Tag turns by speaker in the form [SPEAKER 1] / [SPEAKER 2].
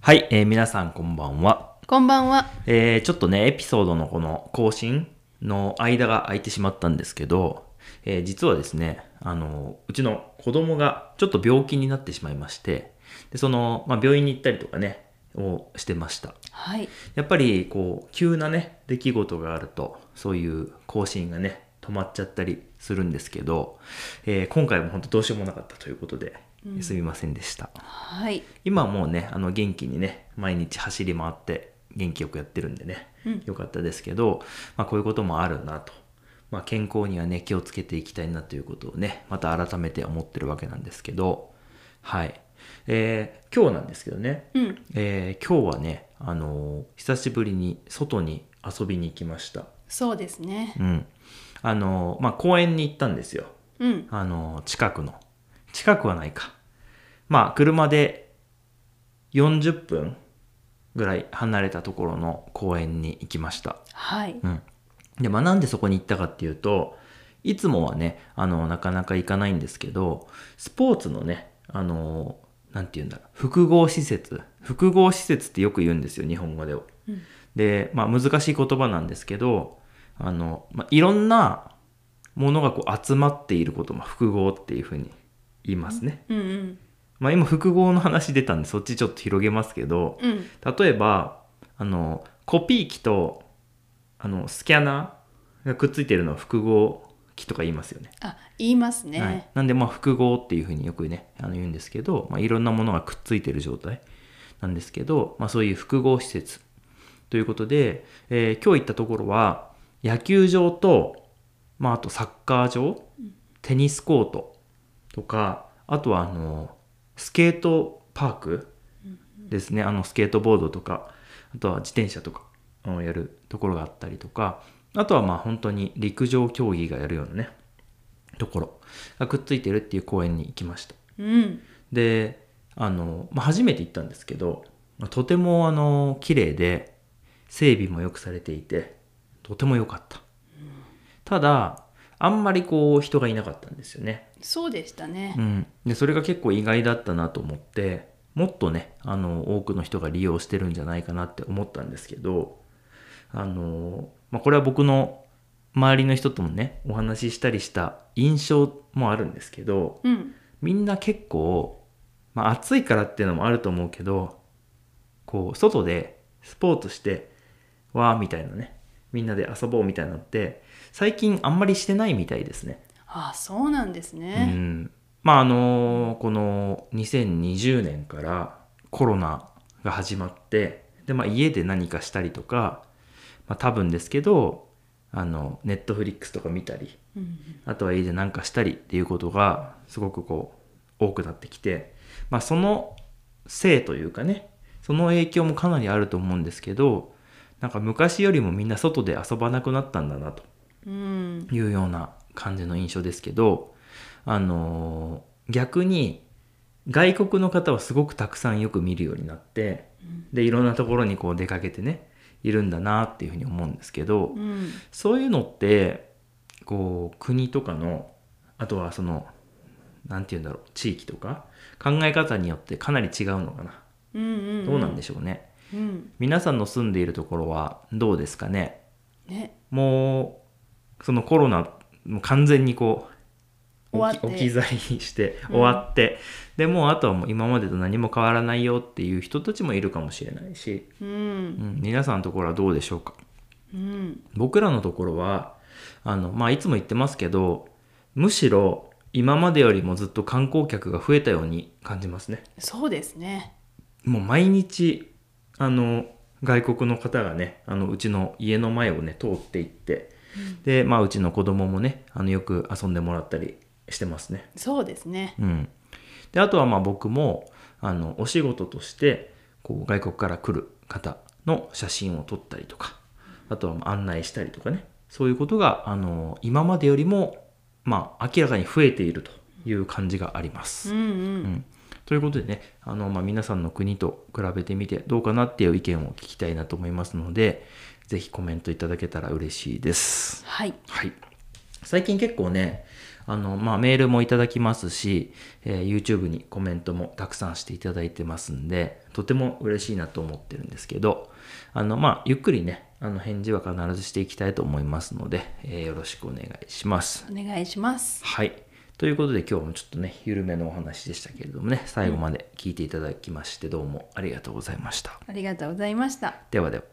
[SPEAKER 1] はい、えー皆さんこんばんは。
[SPEAKER 2] こんばんは。
[SPEAKER 1] えーちょっとね、エピソードのこの更新の間が空いてしまったんですけど、えー実はですね、あの、うちの子供がちょっと病気になってしまいまして、で、その、まあ、病院に行ったりとかね、をしてました。
[SPEAKER 2] はい。
[SPEAKER 1] やっぱり、こう、急なね、出来事があると、そういう更新がね、止まっちゃったりするんですけど、えー今回も本当どうしようもなかったということで、すみませんでした。
[SPEAKER 2] はい。
[SPEAKER 1] 今はもうねあの元気にね毎日走り回って元気よくやってるんでね、よかったですけど、まあ、こういうこともあるなと、まあ、健康にはね気をつけていきたいなということをねまた改めて思ってるわけなんですけどはいえー今日なんですけどね、
[SPEAKER 2] うん。
[SPEAKER 1] えー今日はねあのー久しぶりに外に遊びに行きました
[SPEAKER 2] そうですね。
[SPEAKER 1] うんあのーまあ公園に行ったんですよ
[SPEAKER 2] うん。
[SPEAKER 1] あの、近くの。近くはないか。まあ、車で40分ぐらい離れたところの公園に行きました。
[SPEAKER 2] はい。
[SPEAKER 1] うん。で、まあ、なんでそこに行ったかっていうと、いつもはね、あの、なかなか行かないんですけど、スポーツのね、あの、なんて言うんだろう、複合施設。複合施設ってよく言うんですよ、日本語では。
[SPEAKER 2] うん
[SPEAKER 1] で、まあ、難しい言葉なんですけど、あの、まあ、いろんなものがこう集まっていること、まあ、複合っていうふうに言いますね。
[SPEAKER 2] うんうん。
[SPEAKER 1] まあ、今、複合の話出たんで、そっちちょっと広げますけど、
[SPEAKER 2] うん。
[SPEAKER 1] 例えばあのコピー機とあのスキャナーがくっついてるのは複合機とか言いますよね。
[SPEAKER 2] あ、言いますね。
[SPEAKER 1] はい、なんでまあ複合っていうふうによくねあの言うんですけど、まあ、いろんなものがくっついてる状態なんですけど、まあ、そういう複合施設ということで、えー今日行ったところは野球場と、まあ、あとサッカー場テニスコートとかあとはあのスケートパークですねあのスケートボードとかあとは自転車とかをやるところがあったりとかあとはまあ本当に陸上競技がやるようなねところがくっついてるっていう公園に行きました
[SPEAKER 2] うん。
[SPEAKER 1] であの、まあ、初めて行ったんですけど、まあとてもあの綺麗で整備もよくされていてとても良かった、ただあんまりこう人がいなかったんですよね、
[SPEAKER 2] そうでしたね
[SPEAKER 1] う。ん、でそれが結構意外だったなと思ってもっとねあの多くの人が利用してるんじゃないかなって思ったんですけどあの、まあ、これは僕の周りの人ともねお話ししたりした印象もあるんですけど、
[SPEAKER 2] うん。
[SPEAKER 1] みんな結構、まあ、暑いからっていうのもあると思うけどこう外でスポーツしてわーみたいなねみんなで遊ぼうみたいなのって最近あんまりしてないみたいですね。
[SPEAKER 2] あ、そうなんです
[SPEAKER 1] う
[SPEAKER 2] ね。
[SPEAKER 1] ん、まああのこの2020年からコロナが始まってで、まあ、家で何かしたりとか、まあ、多分ですけどあのネットフリックスとか見たり
[SPEAKER 2] うん。
[SPEAKER 1] あとは家で何かしたりっていうことがすごくこう多くなってきて、まあ、そのせいというかねその影響もかなりあると思うんですけどなんか昔よりもみんな外で遊ばなくなったんだなと
[SPEAKER 2] うん。
[SPEAKER 1] いうような感じの印象ですけどあのー逆に外国の方はすごくたくさんよく見るようになってでいろんなところにこう出かけてねいるんだなっていうふうに思うんですけど、
[SPEAKER 2] うん。
[SPEAKER 1] そういうのってこう国とかのあとはそのなんて言うんだろう地域とか考え方によってかなり違うのかな
[SPEAKER 2] うん。うん。
[SPEAKER 1] どうなんでしょうね、
[SPEAKER 2] うん。
[SPEAKER 1] 皆さんの住んでいるところはどうですかね
[SPEAKER 2] ね。
[SPEAKER 1] もうそのコロナもう完全にこう
[SPEAKER 2] 終
[SPEAKER 1] 置
[SPEAKER 2] わっ
[SPEAKER 1] き
[SPEAKER 2] て
[SPEAKER 1] 置き去りにして終わって、でもうあとはもう今までと何も変わらないよっていう人たちもいるかもしれないし、
[SPEAKER 2] う。
[SPEAKER 1] うんん、皆さんのところはどうでしょうか
[SPEAKER 2] うん。
[SPEAKER 1] 僕らのところはあの、まあ、いつも言ってますけどむしろ今までよりもずっと観光客が増えたように感じますね
[SPEAKER 2] そうですね。
[SPEAKER 1] もう毎日あの外国の方がねあのうちの家の前をね通っていって、で、まあ、うちの子供もねあのよく遊んでもらったりしてますね
[SPEAKER 2] そうですね。
[SPEAKER 1] うん、であとはまあ僕もあのお仕事としてこう外国から来る方の写真を撮ったりとかあとはまあ案内したりとかねそういうことがあの今までよりも、まあ、明らかに増えているという感じがありま
[SPEAKER 2] う
[SPEAKER 1] す。
[SPEAKER 2] んうん。
[SPEAKER 1] ということでねあの、まあ、皆さんの国と比べてみてどうかなっていう意見を聞きたいなと思いますので是非コメントいただけたら嬉しいです。
[SPEAKER 2] はい。
[SPEAKER 1] はい、最近結構ねあの、まあ、メールもいただきますし、えー YouTube にコメントもたくさんしていただいてますんで、とても嬉しいなと思ってるんですけど、あの、まあ、ゆっくりね、あの、返事は必ずしていきたいと思いますので、えーよろしくお願いします。
[SPEAKER 2] お願いします。
[SPEAKER 1] はい。ということで今日もちょっとね、緩めのお話でしたけれどもね、最後まで聞いていただきましてどうもありがとうございました。
[SPEAKER 2] ありがとうございました。
[SPEAKER 1] ではでは。